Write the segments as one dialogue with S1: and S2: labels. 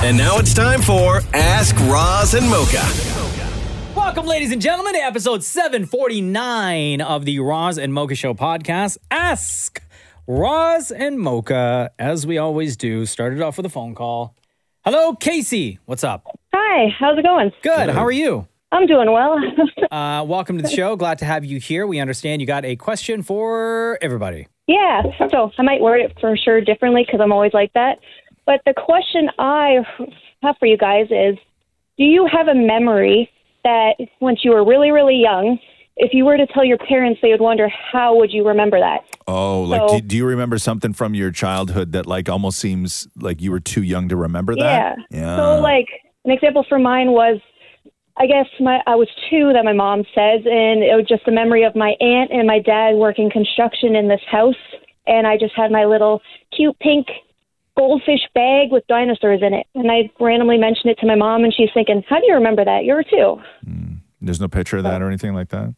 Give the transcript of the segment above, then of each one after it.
S1: And now it's time for Ask Roz and Mocha.
S2: Welcome, ladies and gentlemen, to episode 749 of the Roz and Mocha Show podcast. Ask Roz and Mocha, as we always do, started off with a phone call. Hello, Casey. What's up?
S3: Hi, how's it going?
S2: Good. How are you?
S3: I'm doing well.
S2: Uh, welcome to the show. Glad to have you here. We understand you got a question for everybody.
S3: yeah, so I might word it for sure differently because I'm always like that. But the question I have for you guys is Do you have a memory that once you were really, really young, if you were to tell your parents, they would wonder, how would you remember that?
S4: Oh, like
S3: So-
S4: do, do you remember something from your childhood that like almost seems like you were too young to remember that?
S3: Yeah. So, like, an example for mine was, I guess my I was two that my mom says, and it was just the memory of my aunt and my dad working construction in this house, and I just had my little cute pink goldfish bag with dinosaurs in it, and I randomly mentioned it to my mom, and she's thinking, "How do you remember that? You were two.
S4: There's no picture of that or anything like that.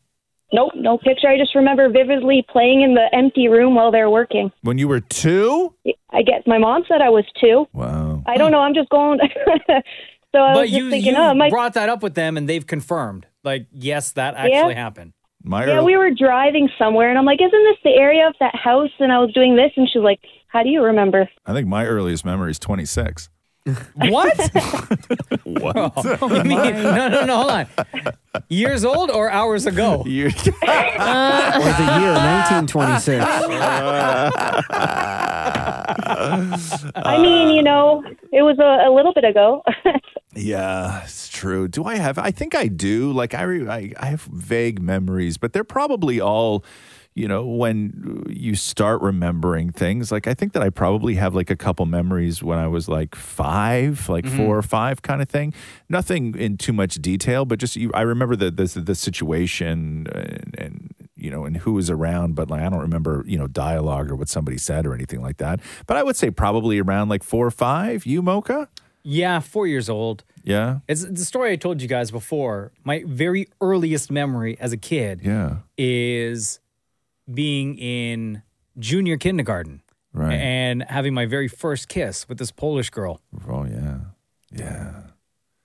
S3: Nope, no picture. I just remember vividly playing in the empty room while they were working.
S4: When you were two?
S3: I guess my mom said I was two.
S4: Wow.
S3: I don't know. I'm just going. so I
S2: Hmm. but
S3: was just
S2: you,
S3: thinking,
S2: you
S3: oh, my
S2: brought that up with them, and they've confirmed, like, yes, that actually happened.
S4: My
S3: Yeah,
S4: earl-
S3: we were driving somewhere, and I'm like, "Isn't this the area of that house?" And I was doing this, and she's like, "How do you remember?"
S4: I think my earliest memory is 26.
S2: What?
S4: What?
S2: What do you mean? No, no, no. Hold on. Years old or hours ago?
S4: You're-
S5: Or the year 1926.
S3: I mean, you know, it was a, a little bit ago.
S4: yeah, it's true. Do I have? I think I do. Like I, re- I, I have vague memories, but they're probably all. You know, when you start remembering things, like I think that I probably have like a couple memories when I was like five, like four or five kind of thing. Nothing in too much detail, but just you, I remember the, the the situation and, and you know and who was around, but like I don't remember you know dialogue or what somebody said or anything like that. But I would say probably around like four or five. You Mocha,
S2: Yeah, four years old.
S4: yeah.
S2: It's the story I told you guys before. My very earliest memory as a kid
S4: Yeah.
S2: is being in junior kindergarten
S4: Right.
S2: and having my very first kiss with this Polish girl.
S4: oh yeah. Yeah.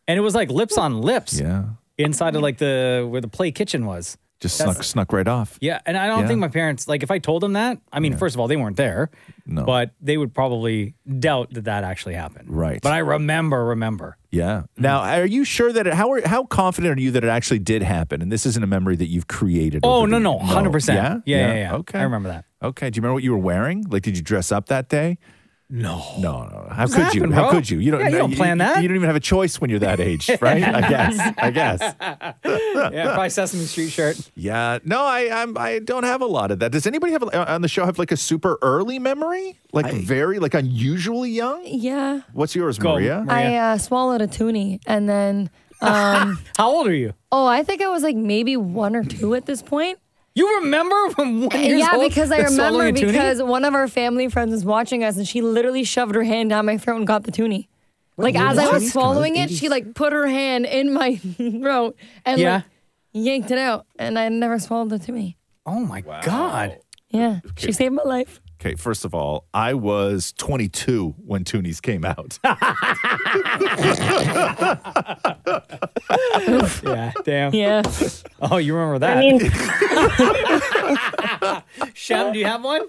S2: And it was like lips on lips
S4: Yeah.
S2: inside of like the where the play kitchen was.
S4: Just
S2: That's-
S4: snuck snuck right off.
S2: Yeah, and I don't
S4: Yeah.
S2: think my parents like if I told them that. I mean, first of all, they weren't there,
S4: No.
S2: but they would probably doubt that that actually happened.
S4: Right.
S2: But I remember, remember.
S4: Yeah. Now,
S2: Mm-hmm.
S4: are you sure that it, how are, how confident are you that it actually did happen? And this isn't a memory that you've created.
S2: Oh
S4: over
S2: no,
S4: the-
S2: no, hundred percent.
S4: Yeah?
S2: Yeah, yeah, yeah,
S4: Okay.
S2: I remember that.
S4: Okay. Do you remember what you were wearing? Like, did you dress up that day?
S2: No.
S4: No, no. How could
S2: Doesn't
S4: you?
S2: happen,
S4: How
S2: bro.
S4: could you? You don't.
S2: Yeah, you
S4: no,
S2: don't plan that.
S4: You don't even have a choice when you're that age, right? I guess. I guess.
S2: Yeah, probably Sesame Street shirt.
S4: Yeah. No, I I'm, I don't have a lot of that. Does anybody have a, on the show have like a super early memory? Like very like unusually young?
S6: Yeah.
S4: What's yours,
S2: Go.
S4: Maria?
S6: I uh, swallowed a toonie and then, um,
S2: How old are you?
S6: oh, I think I was like maybe one or two at this point.
S2: You remember from one years
S6: Uh, yeah,
S2: old?
S6: because I
S2: that swallowing
S6: remember
S2: a toonie?
S6: because one of our family friends was watching us and she literally shoved her hand down my throat and got the toonie. Like as I was swallowing it, she like put her hand in my throat and
S2: Yeah.
S6: like yanked it out, and I never swallowed the toonie.
S2: Oh my god.
S6: Yeah, she saved my life.
S4: Okay, first of all, I was 22 when Toonies came out.
S2: Yeah, damn.
S6: Yeah,
S2: Oh, you remember that?
S3: I mean,
S2: Shem, do you have one?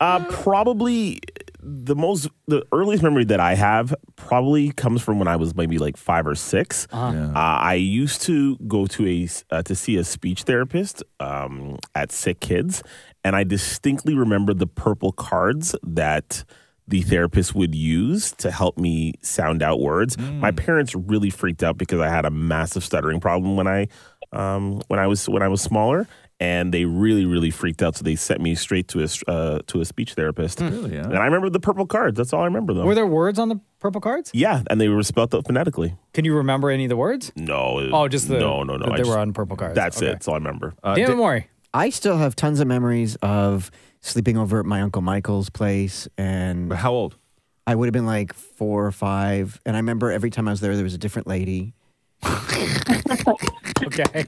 S7: Uh, probably the most, the earliest memory that I have probably comes from when I was maybe like five or 6 Uh, I used to go to a s- uh, to see a speech therapist um, at Sick Kids, and I distinctly remember the purple cards that the therapist would use to help me sound out words. My parents really freaked out because I had a massive stuttering problem when I um, when I was when I was smaller, and they really really freaked out. So they sent me straight to a s- uh, to a speech therapist. Really, yeah. And I remember the purple cards. That's all I remember though.
S2: Mm. Were there words on the purple cards?
S7: yeah, and they were spelled out phonetically.
S2: Can you remember any of the words?
S7: No. it-
S2: Oh, just the
S7: no, no, no.
S2: that
S7: I
S2: they
S7: just-
S2: were on purple cards.
S7: That's
S2: Okay. Uh,
S7: it. Uh, That's all I remember.
S2: Damn, Maury.
S5: I still have tons of memories of sleeping over at my Uncle Michael's place. And
S4: How old?
S5: I would have been like four or five. And I remember every time I was there, there was a different lady.
S2: Okay.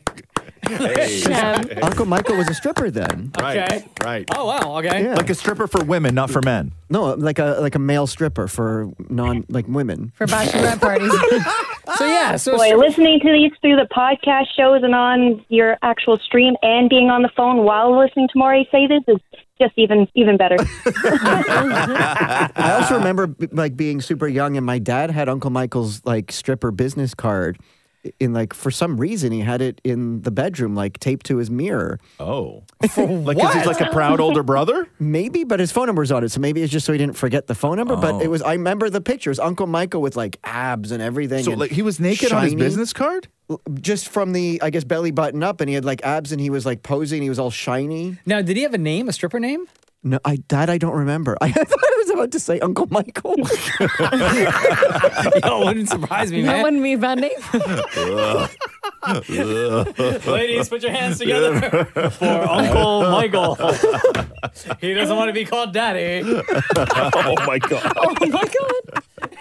S6: Shem.
S5: Uncle Michael was a stripper then.
S2: Okay.
S4: Right. Right.
S2: Oh wow. Okay.
S5: Yeah.
S4: Like a stripper for women, not for men.
S5: No, like a like a male stripper for non like women.
S6: for bachelorette parties.
S2: So
S6: Ah,
S2: yeah. So
S3: Boy, listening to these through the podcast shows and on your actual stream and being on the phone while listening to Maury say this is just even even better.
S5: I also remember b- like being super young, and my dad had Uncle Michael's like stripper business card. In like for some reason, he had it in the bedroom, like taped to his mirror.
S4: Oh. like 'cause
S2: what?
S4: he's like a proud older brother?
S5: Maybe, but his phone number's on it, so maybe it's just so he didn't forget the phone number. But it
S4: Oh.
S5: was I remember the pictures, Uncle Michael with like abs and everything.
S4: So
S5: and
S4: like he was naked on his
S5: shiny.
S4: business card?
S5: just from the I guess belly button up, and he had like abs, and he was like posing, he was all shiny.
S2: now, did he have a name, a stripper name?
S5: No, I that I don't remember. I thought I was about to say Uncle Michael.
S2: Yo, wouldn't Oh, surprise me, man.
S6: that wouldn't be Oh a bad name.
S2: Ladies, put your hands together for Uncle Michael. he doesn't want to be called Daddy.
S7: oh my god!
S6: Oh my god.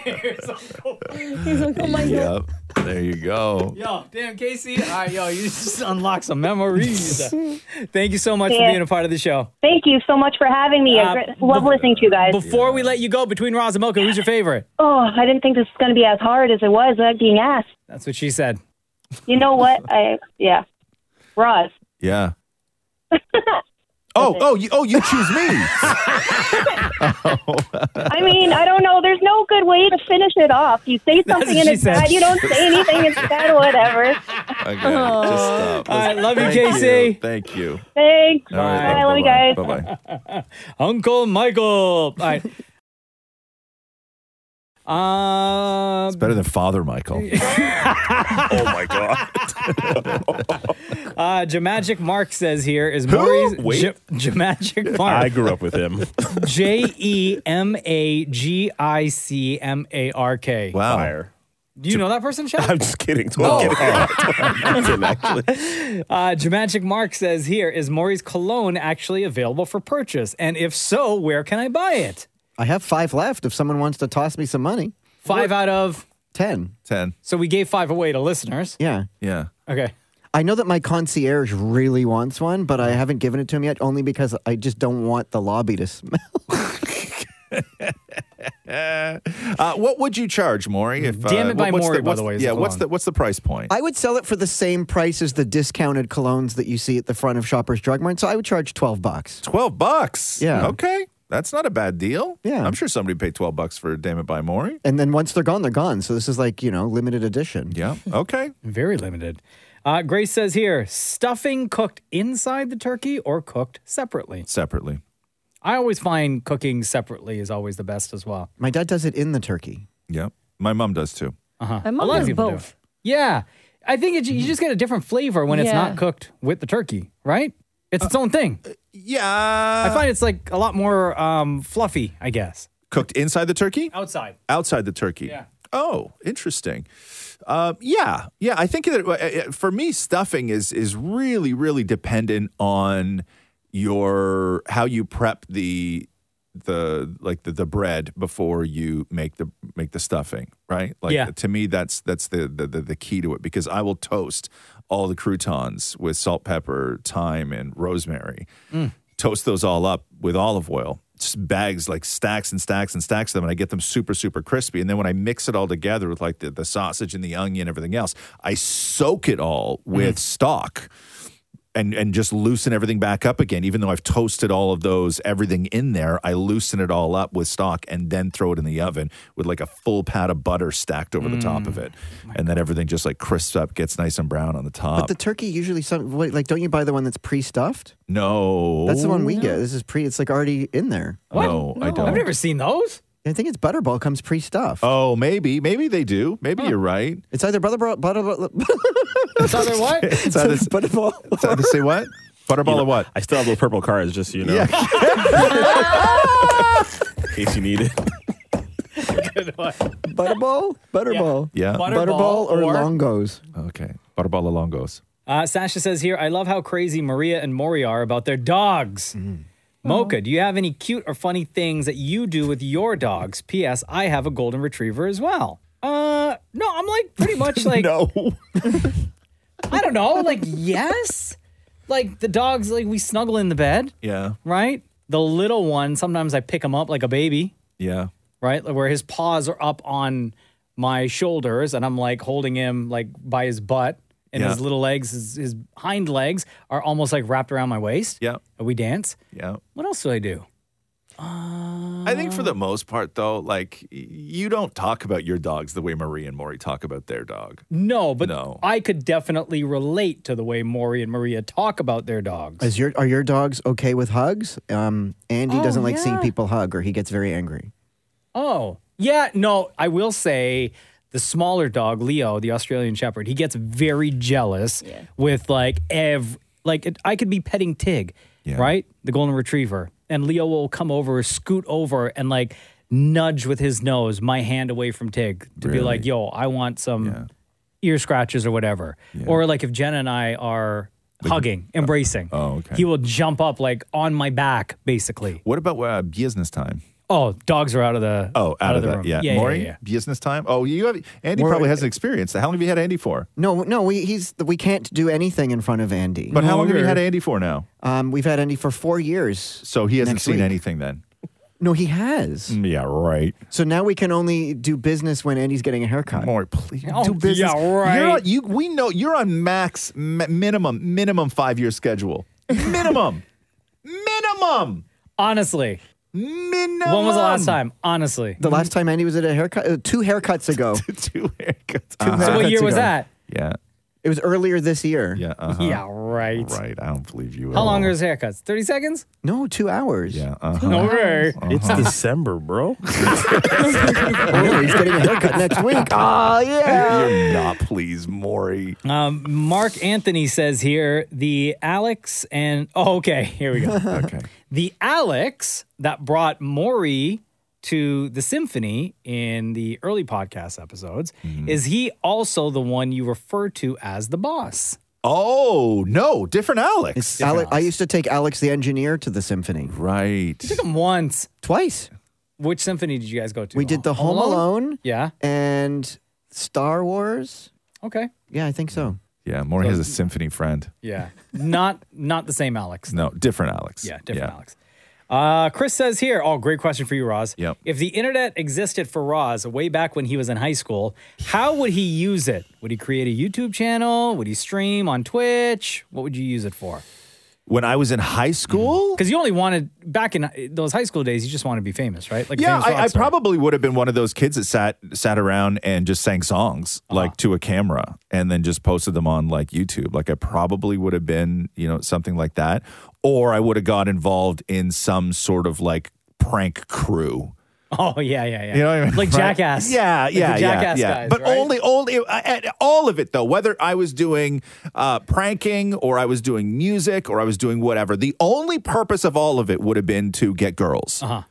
S2: Here's Uncle-
S6: He's like, oh my god.
S4: Yep. There you go.
S2: Yo, damn, Casey. All right, yo, you just unlocked some memories. Thank you so much for
S3: Yeah.
S2: being a part of the show.
S3: Thank you so much for having me. I
S2: Uh,
S3: gr- love listening to you guys.
S2: Before we let you go, between Roz and Mocha, who's your favorite?
S3: Oh, I didn't think this was going to be as hard as it was without being asked.
S2: That's what she said.
S3: You know what? I yeah, Roz.
S4: Yeah. oh, oh, you, oh, you choose me.
S3: I mean, I don't know. There's no good way to finish it off. You say something
S2: what
S3: and
S2: she
S3: it's
S2: said.
S3: bad. You don't say anything. It's bad. Whatever.
S4: Okay, just stop.
S2: All right, love you,
S4: Thank
S2: Casey.
S4: Thank you.
S3: Thanks.
S4: All right,
S3: Bye. I love you guys.
S4: Bye bye.
S2: Uncle Michael. All right. Uh,
S4: Better than Father Michael.
S7: Oh my god!
S2: uh, Jamagic Mark says here is Maury's
S7: Wait.
S2: J- Jamagic
S7: I
S2: Mark.
S7: grew up with him.
S2: J E M A G I C M A R K.
S4: Wow.
S7: Fire.
S2: Do you know that person, Chef?
S7: I'm just kidding. Totally kidding. I didn't actually.
S2: Uh, Jamagic Mark says here is Maury's cologne actually available for purchase, and if so, where can I buy it?
S5: I have five left. If someone wants to toss me some money,
S2: Five out of
S5: ten.
S4: Ten.
S2: so we gave five away to listeners.
S5: Yeah,
S4: Yeah.
S2: Okay.
S5: I know that my concierge really wants one, but I haven't given it to him yet, only because I just don't want the lobby to smell.
S4: Uh, what would you charge, Maury? If,
S2: Damn it
S4: uh,
S2: by
S4: what's
S2: Maury, by
S4: what's-
S2: the way, is
S4: Yeah,
S2: the
S4: what's
S2: cologne.
S4: the what's the price point?
S5: I would sell it for the same price as the discounted colognes that you see at the front of Shoppers Drug Mart, so I would charge twelve bucks.
S4: Twelve bucks.
S5: Yeah.
S4: Okay. That's not a bad deal.
S5: Yeah.
S4: I'm sure somebody paid twelve bucks for Damn It by Maury.
S5: And then once they're gone, they're gone. So this is like you know limited edition.
S4: Yeah. Okay.
S2: Very limited. Uh, Grace says here stuffing cooked inside the turkey or cooked separately.
S4: Separately.
S2: I always find cooking separately is always the best as well.
S5: My dad does it in the turkey.
S4: Yeah. My mom does too.
S6: My mom
S2: a lot of
S6: does
S2: people
S6: both.
S2: do. Yeah. I think it, you just get a different flavor when it's
S6: Yeah.
S2: not cooked with the turkey, right? It's its own thing.
S4: Yeah.
S2: I find it's like a lot more um, fluffy, I guess.
S4: cooked inside the turkey.
S2: Outside.
S4: outside the turkey.
S2: Yeah.
S4: Oh, interesting. Um, yeah, yeah. I think that uh, uh, for me, stuffing is is really, really dependent on your how you prep the the like the, the bread before you make the make the stuffing, right? Like
S2: Yeah.
S4: to me, that's that's the, the the the key to it because I will toast all the croutons with salt, pepper, thyme, and rosemary toast those all up with olive oil just bags like stacks and stacks and stacks of them and i get them super super crispy and then when i mix it all together with like the, the sausage and the onion everything else i soak it all with stock and and just loosen everything back up again even though i've toasted all of those everything in there i loosen it all up with stock and then throw it in the oven with like a full pat of butter stacked over the top of it and then everything just like crisps up gets nice and brown on the top
S5: But the turkey usually some wait, like don't you buy the one that's pre-stuffed?
S4: no
S5: That's the one
S4: Oh.
S5: we get. This is pre. It's like already in there.
S2: What?
S4: No, I don't.
S2: I've never seen those.
S5: I think it's Butterball comes pre-stuffed.
S4: Oh, maybe, maybe they do. Maybe you're right.
S5: It's either Butterball, Butterball,
S2: It's either what?
S4: It's either, it's
S5: Butterball.
S4: either say what? Butterball or what?
S7: I still have those purple cards, just so you know. In case you need it.
S2: Uh-huh.
S5: Butterball? Butterball.
S4: Yeah.
S5: Butterball or, Longos?
S4: Okay. Butterball or longos.
S2: Uh, Sasha says here, I love how crazy Maria and Maury are about their dogs.
S5: Mm-hmm.
S2: Mocha, do you have any cute or funny things that you do with your dogs? P.S. I have a golden retriever as well. Uh, no, I'm like pretty much like
S4: No.
S2: I don't know. Like, yes. Like the dogs, like we snuggle in the bed,
S4: Yeah.
S2: right? The little one, sometimes I pick him up like a baby,
S4: Yeah.
S2: right? Like, Where his paws are up on my shoulders and I'm like holding him like by his butt and his
S4: Yeah.
S2: little legs, his, his hind legs are almost like wrapped around my waist.
S4: Yeah.
S2: And we dance.
S4: Yeah.
S2: What else do I do?
S4: I think for the most part, though, like y- you don't talk about your dogs the way Marie and Maury talk about their dog.
S2: No, but
S4: No.
S2: I could definitely relate to the way Maury and Maria talk about their dogs.
S5: Is your are your dogs okay with hugs? Um, Andy
S2: Oh,
S5: doesn't like seeing
S2: yeah.
S5: people hug, or he gets very angry.
S2: Oh, yeah. No, I will say the smaller dog, Leo, the Australian Shepherd, he gets very jealous with like ev like it, I could be petting Tig, right? The golden retriever. And Leo will come over, scoot over and like nudge with his nose my hand away from Tig to be like, "Yo, I want some ear scratches or whatever." Or like if Jen and I are hugging, embracing.
S4: oh, okay.
S2: He will jump up like on my back basically.
S4: What about uh, business time?
S2: Oh, dogs are out of the
S4: Oh, out, of,
S2: the
S4: that.
S2: room.
S4: Yeah.
S2: yeah,
S4: Maury,
S2: yeah, yeah.
S4: business time? Oh, you have Andy
S5: Maury-
S4: probably hasn't experienced that. How long have you had Andy for?
S5: No, no, we he's we can't do anything in front of Andy.
S4: But how long have you
S2: Maury.
S4: had Andy for now?
S5: um, we've had Andy for four years.
S4: So Mm. he hasn't
S5: Next
S4: seen
S5: week.
S4: anything then.
S5: No, he has.
S4: Yeah, right.
S5: So now we can only do business when Andy's getting a haircut.
S4: Maury, please
S2: Oh,
S4: do business.
S2: yeah, right.
S4: You're on, you, we know you're on max m- minimum minimum five year schedule. Minimum, minimum,
S2: Honestly,
S4: minimum.
S2: when was the last time? Honestly,
S4: Mm-hmm.
S5: The last time Andy was at a haircut, uh, two haircuts ago.
S4: Two haircuts.
S2: so
S4: Uh-huh.
S2: what
S5: haircuts
S2: year was
S5: ago.
S2: that?
S4: Yeah,
S5: It was earlier this year.
S4: yeah, uh-huh.
S2: Yeah, right.
S4: Right. I don't believe you.
S2: How long are his haircuts? Thirty seconds?
S5: No, two hours.
S4: Yeah. Uh-huh.
S2: No way.
S7: It's December, bro.
S5: Oh, no, he's getting a haircut next week. Oh, yeah.
S4: Ah, You're not, please, Maury.
S2: Um, Mark Anthony says here the Alex and oh, okay, here we go.
S4: Okay.
S2: the Alex that brought Maury to the symphony in the early podcast episodes
S4: Mm-hmm.
S2: is he also the one you refer to as the boss?
S4: Oh no, different Alex.
S5: Ale- I used to take Alex the engineer to the symphony
S4: right.
S2: Took him once.
S5: twice.
S2: Which symphony did you guys go to?
S5: We did the Home Alone
S2: Yeah.
S5: and Star Wars.
S2: Okay.
S5: Yeah, I think so.
S4: Yeah, Maury has a symphony friend.
S2: Yeah. not not the same Alex.
S4: No, different Alex.
S2: Yeah, different Alex. Uh, Chris says here, oh, great question for you, Roz.
S4: Yep.
S2: If the internet existed for Roz way back when he was in high school, how would he use it? Would he create a YouTube channel? Would he stream on Twitch? What would you use it for?
S4: When I was in high school,
S2: Because you only wanted, back in those high school days, you just wanted to be famous, right? Like a
S4: Yeah,
S2: famous
S4: I, I
S2: rock star.
S4: probably would have been one of those kids that sat sat around and just sang songs
S2: Uh-huh.
S4: like to a camera and then just posted them on like YouTube. Like I probably would have been, you know, something like that. Or I would have got involved in some sort of like prank crew.
S2: Oh, yeah, yeah, yeah.
S4: You know what I mean?
S2: Like
S4: Right?
S2: Jackass.
S4: Yeah,
S2: Like the
S4: yeah, yeah,
S2: Jackass
S4: yeah.
S2: guys,
S4: but
S2: right?
S4: only, only uh, at all of it though. Whether I was doing uh, pranking or I was doing music or I was doing whatever, the only purpose of all of it would have been to get girls.
S2: Uh-huh.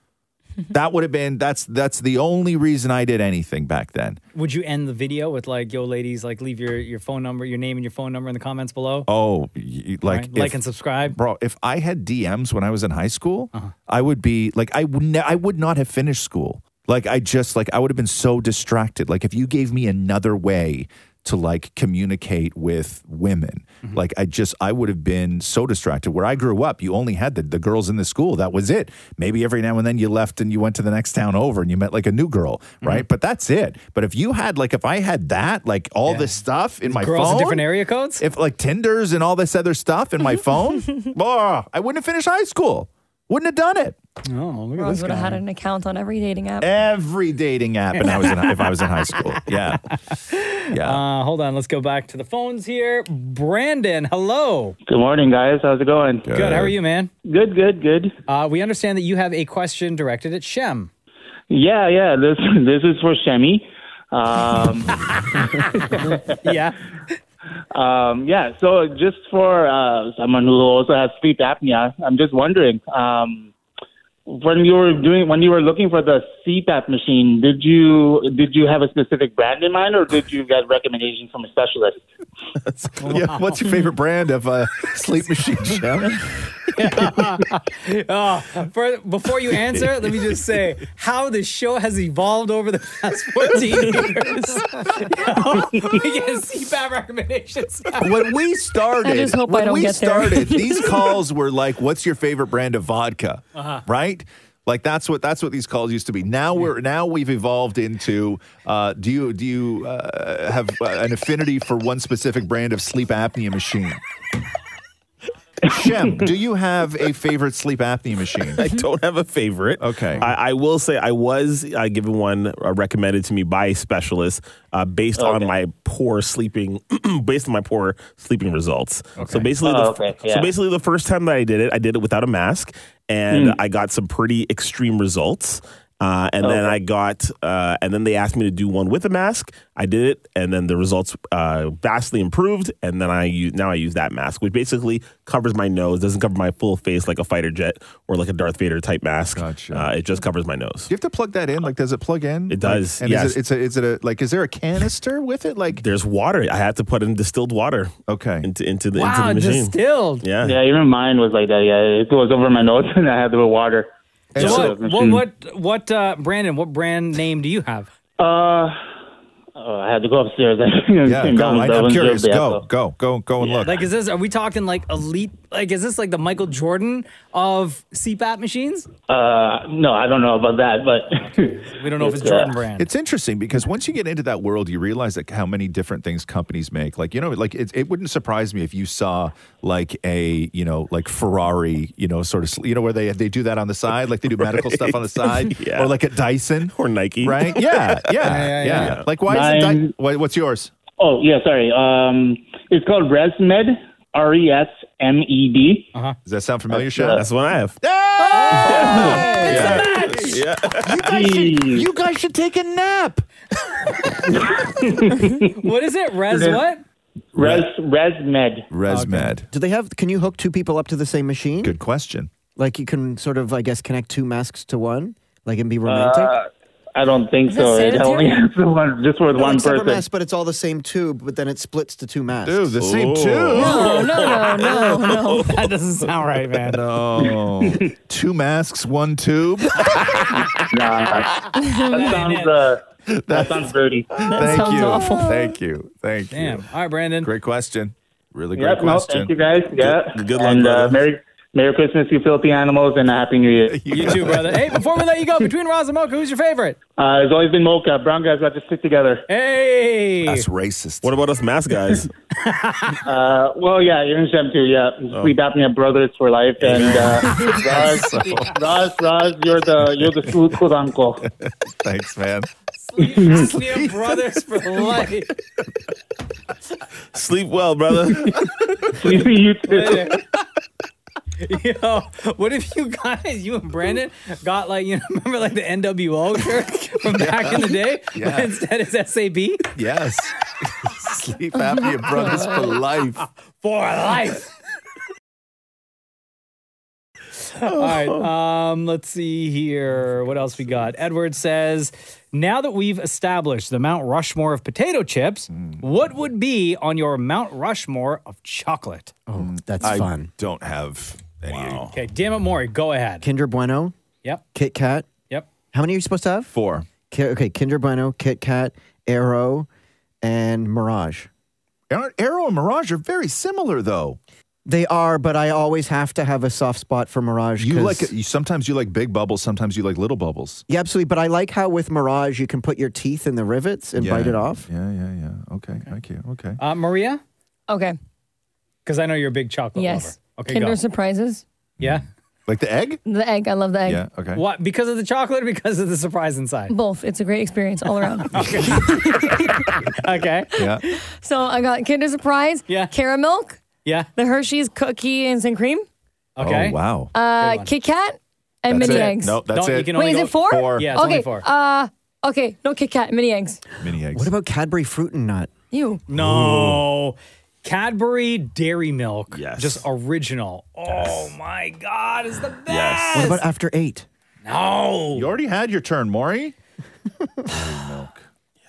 S4: that would have been that's that's the only reason I did anything back then.
S2: Would you end the video with like, yo, ladies, like leave your, your phone number, your name and your phone number in the comments below?
S4: Oh, y- like
S2: Right? like
S4: if-
S2: and subscribe.
S4: Bro, if I had DMs when I was in high school,
S2: Uh-huh.
S4: I would be like, I would, ne- I would not have finished school. Like, I just like, I would have been so distracted. Like, if you gave me another way to like communicate with women,
S2: Mm-hmm.
S4: like, I just, I would have been so distracted. Where I grew up, you only had the, the girls in the school. That was it. Maybe every now and then you left and you went to the next town over and you met like a new girl,
S2: Mm-hmm.
S4: right? But that's it. But if you had like, if I had that, like all this stuff in my
S2: Girls
S4: phone,
S2: in different area codes?
S4: if like Tinders and all this other stuff in my phone, oh, I wouldn't have finished high school. Wouldn't have done it.
S2: oh, look at
S6: Rose
S2: this
S6: would have
S2: guy.
S6: had an account on every dating app.
S4: Every dating app, and I was in, if I was in high school, yeah, yeah.
S2: Uh, hold on, let's go back to the phones here. Brandon, hello.
S8: Good morning, guys. How's it going? Good,
S2: Good. How are you, man?
S8: good, good.
S2: Uh, we understand that you have a question directed at Shem.
S8: Yeah, yeah. This this is for Shemi. Um,
S2: Yeah.
S8: um, yeah. So just for uh, someone who also has sleep apnea, I'm just wondering um, when you were doing when you were looking for the CPAP machine, did you did you have a specific brand in mind, or did you get recommendations from a specialist?
S4: Yeah, what's your favorite brand of uh, sleep machine, Chef?
S2: Oh, for, before you answer, let me just say how the show has evolved over the past 14 years. we get CPAP recommendations.
S4: When we started,
S6: I just hope I
S4: when
S6: don't
S4: we
S6: get there.
S4: started, these calls were like, "What's your favorite brand of vodka?" Right? Like that's what that's what these calls used to be. Now we're now we've evolved into. Uh, do you do you uh, have uh, an affinity for one specific brand of sleep apnea machine? Shem, do you have a favorite sleep apnea machine?
S7: I don't have a favorite.
S4: Okay.
S7: I, I will say I was uh, given one uh, recommended to me by a specialist uh, based on my poor sleeping, based on my poor sleeping results. So basically,
S8: Oh,
S7: the,
S8: okay,
S7: so
S8: yeah.
S7: basically the first time that I did it, I did it without a mask, and
S8: Hmm.
S7: I got some pretty extreme results. Uh, and
S8: Oh,
S7: then I got, uh, and then they asked me to do one with a mask. I did it, and then the results uh, vastly improved. And then I use, now I use that mask, which basically covers my nose, doesn't cover my full face like a fighter jet or like a Darth Vader type mask.
S4: Gotcha.
S7: Uh, it just covers my
S4: Do
S7: nose.
S4: you have to plug that in? Like, does it plug in?
S7: It
S4: Like,
S7: does,
S4: and is
S7: yes.
S4: it, it's a, is it a like? Is there a canister with it? Like,
S7: There's water. I had to put in distilled water.
S4: Okay.
S7: Into into the
S2: Wow,
S7: into the machine.
S2: distilled.
S4: Uh.
S7: yeah.
S8: Yeah, even mine was like that. Yeah, it was over my nose, and I had to put water.
S4: And
S2: So
S4: so-
S2: what, what, what, what, uh, Brandon, what brand name do you have?
S8: Uh, oh, I had to go upstairs.
S4: yeah, go. I, am curious. Go, go, go, go and look.
S2: Like, is this, are we talking like elite? Like, is this like the Michael Jordan of CPAP machines?
S8: Uh, no, I don't know about that, but
S2: We don't know if it's
S8: It's, uh,
S2: Jordan brand.
S4: It's interesting because once you get into that world, you realize like how many different things companies make. Like you know, like it, it wouldn't surprise me if you saw like a you know like Ferrari, you know, sort of you know where they they do that on the side, like they do medical stuff on the side,
S7: Yeah.
S4: or like at Dyson,
S7: Or Nike.
S4: right? Yeah, yeah, yeah.
S7: yeah.
S4: Like why is it? Dy-
S8: Mine-
S4: why, what's yours?
S8: oh yeah, sorry. Um, it's called ResMed. R E S M E D.
S4: Does that sound familiar, Sean?
S7: That's what I have.
S8: Jeez.
S4: Mm.
S5: You guys should take a nap.
S2: what is it? Res what?
S8: Res ResMed.
S4: ResMed.
S5: Do they have? Can you hook two people up to the same machine?
S4: Good question.
S5: Like you can sort of, I guess, connect two masks to one, like and be romantic.
S8: I don't think
S6: that
S8: so. It
S6: sanitary?
S8: only has the one, just for
S5: They're
S8: one
S5: like separate
S8: person.
S5: masks, but it's all the same tube. But then it splits to two masks.
S4: Dude, the same two.
S6: No, no, no, no, no.
S2: That doesn't sound right, man.
S4: No. Oh. two masks, one tube.
S8: Nah, that sounds uh, that sounds dirty.
S4: Thank
S6: sounds
S4: you.
S6: awful.
S4: Thank you. Thank
S2: Damn.
S4: you.
S2: All right, Brandon.
S4: Great question. Really great
S8: Yep, no,
S4: question.
S8: thank you guys. Yeah,
S7: Good- good luck,
S8: and uh,
S7: brother.
S8: Merry Merry Christmas, you filthy animals, and a happy New Year.
S2: You too, brother. Hey, before we let you go, between Roz and Mocha, who's your favorite?
S8: Uh, it's always been Mocha. Brown guys got to stick together.
S2: Hey.
S4: That's racist.
S7: What about us mask guys?
S8: Uh, well, yeah, you're in Shem too. Yeah, sleep apnea brothers for life. And uh, Roz, Roz, Roz, you're the you're the smooth cool uncle.
S4: Thanks, man.
S2: Sleep brothers for life.
S7: Sleep well, brother.
S8: you too.
S2: Yo, what if you guys, you and Brandon, got like, you know, remember like the NWO shirt from back in the day?
S4: Yeah.
S2: But instead it's SAB?
S4: Yes. Sleep apnea brothers for life.
S2: For life. All right. Um, let's see here. What else we got? Edward says, now that we've established the Mount Rushmore of potato chips,
S4: Mm.
S2: what would be on your Mount Rushmore of chocolate?
S5: Oh, that's
S4: I
S5: fun.
S4: don't have any.
S2: Okay, damn it, Maury, go ahead.
S5: Kinder Bueno,
S2: Yep,
S5: Kit Kat.
S2: yep.
S5: How many are you supposed to have?
S4: Four.
S5: Ki- okay, Kinder Bueno, Kit Kat, Arrow, and Mirage.
S4: Aren't Arrow and Mirage are very similar, though.
S5: They are, but I always have to have a soft spot for Mirage.
S4: You
S5: 'cause-
S4: like you, sometimes you like big bubbles, sometimes you like little bubbles.
S5: Yeah, absolutely. But I like how with Mirage you can put your teeth in the rivets and bite it off.
S4: Yeah, yeah, yeah. Okay, thank you. Okay.
S2: Uh, Maria,
S6: Okay.
S2: because I know you're a big chocolate
S6: Yes.
S2: lover. Okay,
S6: Kinder
S2: go.
S6: surprises.
S2: yeah.
S4: Like the egg?
S6: The egg. I love the egg.
S4: Yeah. Okay.
S2: What? Because of the chocolate or because of the surprise inside?
S6: Both. It's a great experience all around.
S2: Okay.
S4: Yeah.
S6: so I got Kinder Surprise,
S2: Yeah.
S6: caramel,
S2: Yeah.
S6: the Hershey's cookie and some cream,
S2: Okay.
S4: Oh wow.
S6: uh, Kit Kat, and
S4: That's
S6: mini
S4: it.
S6: eggs.
S4: No, that's
S2: Don't- you
S4: it.
S2: can only
S6: Wait, is
S2: go-
S6: it four?
S4: four.
S2: Yeah, it's
S6: Okay.
S2: only four.
S6: Uh, okay. No Kit Kat, mini eggs.
S4: Mini eggs.
S5: What about Cadbury Fruit and Nut?
S6: You.
S2: No. Cadbury Dairy Milk.
S7: Yes.
S2: Just original. Oh my God, it's the best.
S7: Yes.
S5: What about after eight?
S2: No.
S4: You already had your turn, Maury.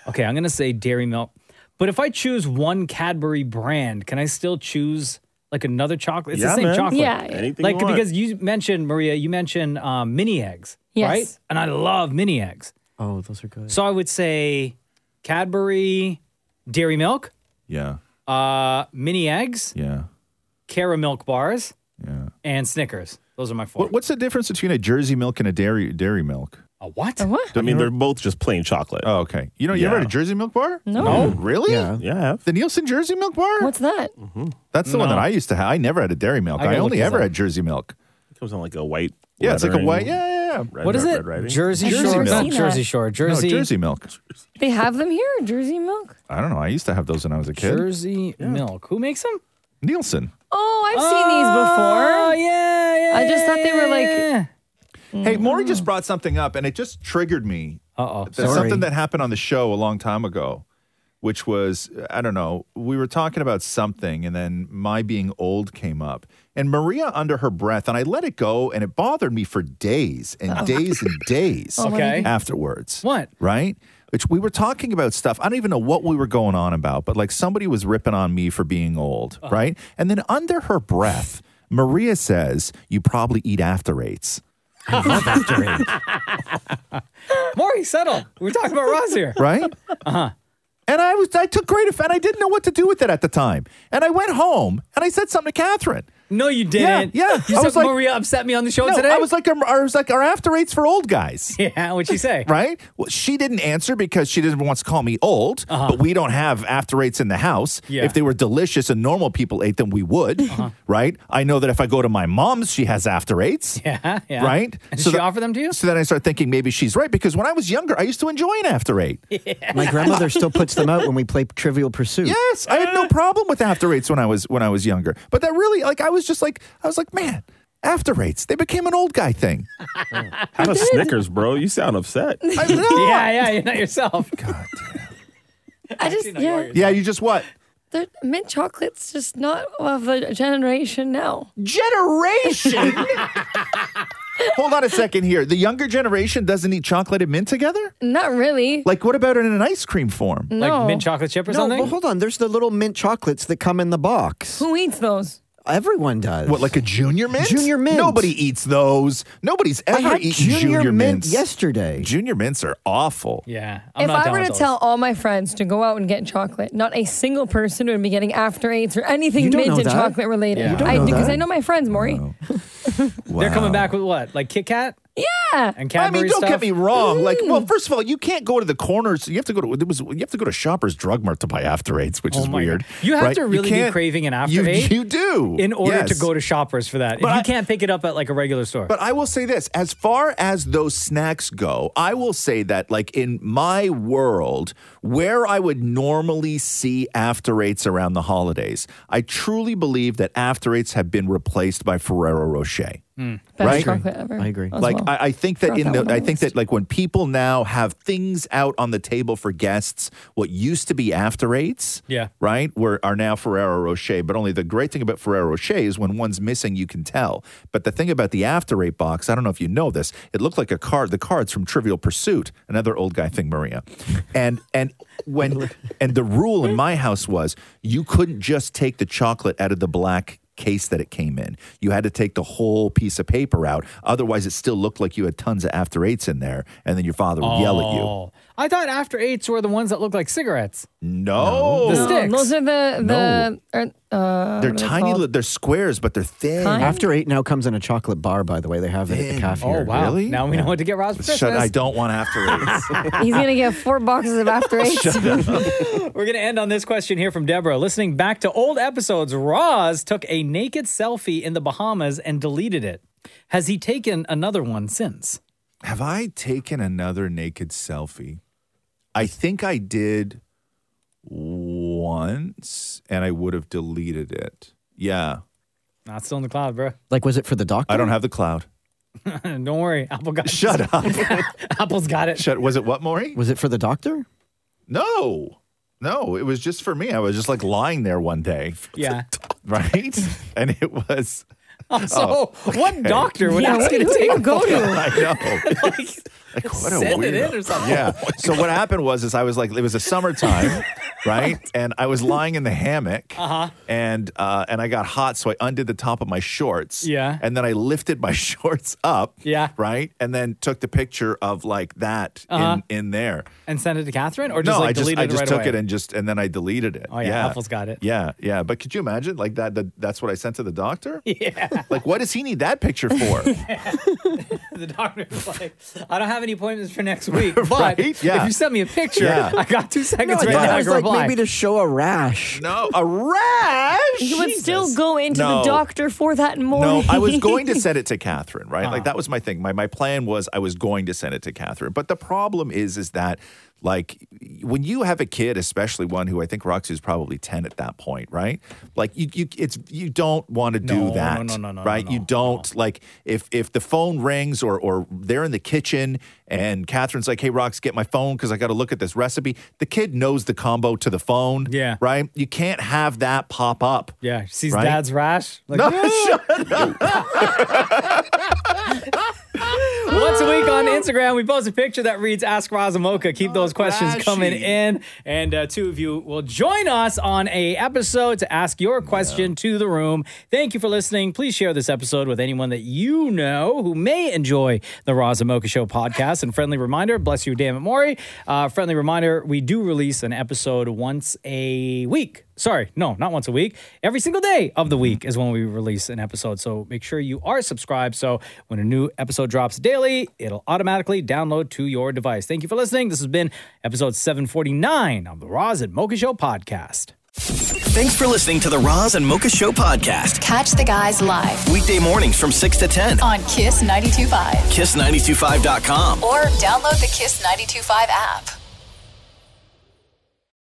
S2: Okay, I'm going to say dairy milk. But if I choose one Cadbury brand, can I still choose like another chocolate? It's the
S7: Yeah,
S2: same
S7: man.
S2: chocolate.
S6: Yeah.
S7: Anything
S2: Like
S7: you want.
S2: because you mentioned Maria, you mentioned um, mini eggs,
S6: Yes.
S2: right? And I love mini eggs.
S5: Oh, those are good.
S2: So I would say Cadbury dairy milk,
S4: Yeah,
S2: uh, mini eggs,
S4: yeah,
S2: Cara milk bars,
S4: yeah.
S2: and Snickers. Those are my four.
S4: What, what's the difference between a Jersey milk and a dairy dairy milk?
S2: A what?
S6: A what?
S7: I mean, they're both just plain chocolate.
S4: Oh, okay. You know, you ever
S7: Yeah.
S4: had a Jersey milk bar? Oh,
S6: No.
S4: really?
S5: Yeah.
S7: Yeah, I have.
S4: The Nielsen Jersey milk bar?
S6: What's that?
S4: That's the one that I used to have. I never had a dairy milk.
S2: I gotta
S4: I,
S2: look
S4: only
S2: this
S4: ever
S2: up.
S4: had Jersey milk.
S7: It comes on like a white.
S4: Yeah, it's like a
S7: lettering,
S4: white. Yeah, yeah, yeah.
S7: red-
S2: What is
S7: red-
S2: it?
S7: red writing.
S2: Jersey,
S6: I've
S2: Shore.
S6: never
S2: Not
S6: seen
S2: Jersey
S6: that.
S2: Shore.
S4: No,
S2: Jersey.
S4: Jersey milk.
S6: They have them here, Jersey milk.
S4: I don't know. I used to have those when I was a kid.
S2: Jersey milk. Who makes them?
S4: Nielsen.
S6: Oh, I've
S2: Oh
S6: seen these before.
S2: yeah, yeah.
S6: I just thought they were like-
S4: Hey, Maury just brought something up, and it just triggered me.
S2: Uh oh.
S4: That's
S5: Sorry.
S4: something that happened on the show a long time ago, which was I don't know. We were talking about something, and then my being old came up, and Maria under her breath, and I let it go, and it bothered me for days and days and days
S2: Okay.
S4: afterwards.
S2: What?
S4: Right? Which we were talking about stuff. I don't even know what we were going on about, but like somebody was ripping on me for being old, right? And then under her breath, Maria says, "You probably eat after eights.
S2: Maury, settle. We're talking about Roz here.
S4: right? Uh-huh. And I was I took great offense. I didn't know what to do with it at the time. And I went home and I said something to Catherine.
S2: No, you didn't. You
S4: yeah. I
S2: said
S4: was like-
S2: Maria upset me on the show
S4: No,
S2: today.
S4: I was like, um, I was like, our after rates for old guys,
S2: yeah. What'd she say?
S4: right? Well, she didn't answer because she didn't want to call me old. But we don't have after rates in the house.
S2: Uh-huh. Yeah. Uh-huh.
S4: If they were delicious and normal people ate them, we would, right? I know that if I go to my mom's, she has after rates.
S2: Yeah. yeah.
S4: Right?
S2: And did
S4: So
S2: she
S4: the-
S2: offer them to you?
S4: So then I start thinking maybe she's right because when I was younger, I used to enjoy an after eight.
S5: My grandmother still puts them out when we play Trivial Pursuit.
S4: Yes, I had no problem with after rates when I was when I was younger. But that really, like, I was just like, I was like, man, after rates, they became an old guy thing.
S7: Have a Snickers, bro. You sound upset.
S4: I, no.
S2: Yeah. Yeah. You're not yourself.
S6: I just yeah,
S4: Yeah, you just what?
S6: the mint chocolate's just not of the generation now.
S4: Generation. Hold on a second here. The younger generation doesn't eat chocolate and mint together?
S6: Not really.
S4: Like, what about it in an ice cream form?
S2: Like
S6: No.
S2: mint chocolate chip or
S5: No,
S2: something.
S5: well, hold on. There's the little mint chocolates that come in the box.
S6: Who eats those?
S5: Everyone does.
S4: What, like a junior mint?
S5: Junior mint.
S4: Nobody eats those. Nobody's
S5: I
S4: ever
S5: had
S4: eaten
S5: junior, mint
S4: mints.
S5: yesterday.
S4: Junior mints are awful.
S2: yeah. I'm
S6: if
S2: not
S6: I
S2: down
S6: were
S2: with
S6: to
S2: those.
S6: tell all my friends to go out and get chocolate, not a single person would be getting after eights or anything
S5: You don't
S6: mint
S5: know
S6: and
S5: that.
S6: chocolate related.
S2: Yeah. You don't
S6: I,
S5: know
S6: because
S5: that.
S6: I know my friends, Maury.
S2: they're coming back with what? Like Kit Kat
S6: Yeah.
S2: and
S4: I
S2: Cadbury
S4: mean, don't
S2: stuff. Mm.
S4: get me wrong. Like, well, first of all, you can't go to the corners. You have to go to there was, you have to go to Shoppers Drug Mart to buy after eights, which
S2: Oh
S4: is
S2: my
S4: weird.
S2: God. You have
S4: right?
S2: to really be
S4: can't-
S2: craving an After
S4: you,
S2: Eight
S4: You do
S2: in order to
S4: Yes.
S2: go to Shoppers for that. If
S4: But
S2: you
S4: I-
S2: can't pick it up at like a regular store.
S4: But I will say this: as far as those snacks go, I will say that, like in my world, where I would normally see after eights around the holidays, I truly believe that after eights have been replaced by Ferrero Rocher.
S6: Best
S4: Right?
S6: chocolate ever.
S5: I agree.
S6: as
S4: like
S6: well.
S4: I, I think that
S6: Forgot
S4: in
S6: that
S4: the
S6: one on
S4: I
S6: the
S4: think that like when people now have things out on the table for guests, what used to be after eights,
S2: Yeah.
S4: right, were are now Ferrero Rocher. But only the great thing about Ferrero Rocher is when one's missing, you can tell. But the thing about the after eight box, I don't know if you know this, it looked like a card. The cards from Trivial Pursuit, another old guy thing, Maria, and and when and the rule in my house was you couldn't just take the chocolate out of the black case that it came in. You had to take the whole piece of paper out. Otherwise, it still looked like you had tons of after eights in there, and then your father would yell at you.
S2: Oh. I thought After Eights were the ones that look like cigarettes. The
S4: No.
S6: No,
S2: sticks.
S6: Oh. Those are the the er, uh,
S4: They're
S6: what are they
S4: tiny,
S6: called?
S4: li- they're squares, but they're thin.
S6: Kind?
S5: After eight now comes in a chocolate bar. By the way, they have it at the cafe.
S2: Oh wow!
S4: Really?
S2: Now we know what to get Roz for
S4: Shut, I
S2: Christmas.
S4: don't want after eights.
S6: uh, He's gonna get four boxes of after eights.
S2: We're gonna end on this question here from Deborah. Listening back to old episodes, Roz took a naked selfie in the Bahamas and deleted it. Has he taken another one since?
S4: Have I taken another naked selfie? I think I did once, and I would have deleted it. Yeah.
S2: Not still in the cloud, bro.
S5: Like, was it for the doctor?
S4: I don't have the cloud.
S2: don't worry, Apple got
S4: Shut up.
S2: Apple's got it.
S4: Shut. Was it what, Maury?
S5: Was it for the doctor?
S4: No, no, it was just for me. I was just like lying there one day,
S2: Yeah,
S4: right? and it was
S2: Also, what doctor would
S6: Yeah,
S2: ask
S6: what-
S2: you to
S6: who do
S2: take
S6: you
S2: a
S6: go to?
S2: photo?
S4: I know.
S2: Like,
S4: Like, what a
S2: send it
S4: weirdo.
S2: in or something.
S4: Yeah. so what happened was, is I was like, it was a summertime, right? And I was lying in the hammock,
S2: Uh-huh.
S4: and uh, and I got hot, so I undid the top of my shorts.
S2: Yeah.
S4: And then I lifted my shorts up.
S2: Yeah.
S4: Right. And then took the picture of like that
S2: Uh-huh.
S4: in in there.
S2: And send it to Catherine, or just
S4: No,
S2: like
S4: I just
S2: delete
S4: I
S2: it
S4: just
S2: right
S4: took
S2: away?
S4: it and just and then I deleted it.
S2: Oh, yeah, Apple's got it.
S4: Yeah, yeah. But could you imagine like that? that that's what I sent to the doctor. Yeah. Like, what does he need that picture for?
S2: the doctor was like, "I don't have any appointments for next week, but
S4: Right? Yeah.
S2: if you send me a picture,
S4: Yeah.
S2: I got two
S5: No,
S2: seconds
S5: I
S2: right
S5: thought
S2: now
S5: it
S2: I
S5: was
S2: can
S5: like
S2: reply."
S5: maybe to show a rash.
S4: no, a rash.
S6: You would still
S4: Jesus.
S6: go into
S4: No.
S6: the doctor for that morning.
S4: No, I was going to send it to Catherine, right?
S2: Uh-huh.
S4: Like that was my thing. My my plan was I was going to send it to Catherine. But the problem is, is that like when you have a kid, especially one who I think Roxy is probably ten at that point, right? Like you, you it's you don't want to
S2: No,
S4: do that,
S2: no, no, no, no,
S4: right?
S2: no,
S4: you
S2: no.
S4: don't like if if the phone rings or or they're in the kitchen and Catherine's like, "Hey, Rox, get my phone because I got to look at this recipe." The kid knows the combo to the phone,
S2: Yeah.
S4: right? You can't have that pop up.
S2: yeah, she sees
S4: Right?
S2: dad's rash. Like,
S4: No, shut
S2: Once a week on Instagram, we post a picture that reads "Ask Razamoka." Keep those questions
S4: Rashi.
S2: coming in, and uh, two of you will join us on a episode to ask your question to the room. Thank you for listening. Please share this episode with anyone that you know who may enjoy the Razamoka Show podcast. And friendly reminder, bless you, damn it, Maury. Uh, friendly reminder: we do release an episode once a week. Sorry, no, not once a week. Every single day of the week is when we release an episode. So make sure you are subscribed. So when a new episode drops daily, it'll automatically download to your device. Thank you for listening. This has been episode 749 of the Roz and Mocha Show podcast.
S1: Thanks for listening to the Roz and Mocha Show podcast.
S9: Catch the guys live
S1: Weekday mornings from 6 to 10.
S9: on Kiss 92.5
S1: Kiss925.com.
S9: or download the Kiss 92.5 app.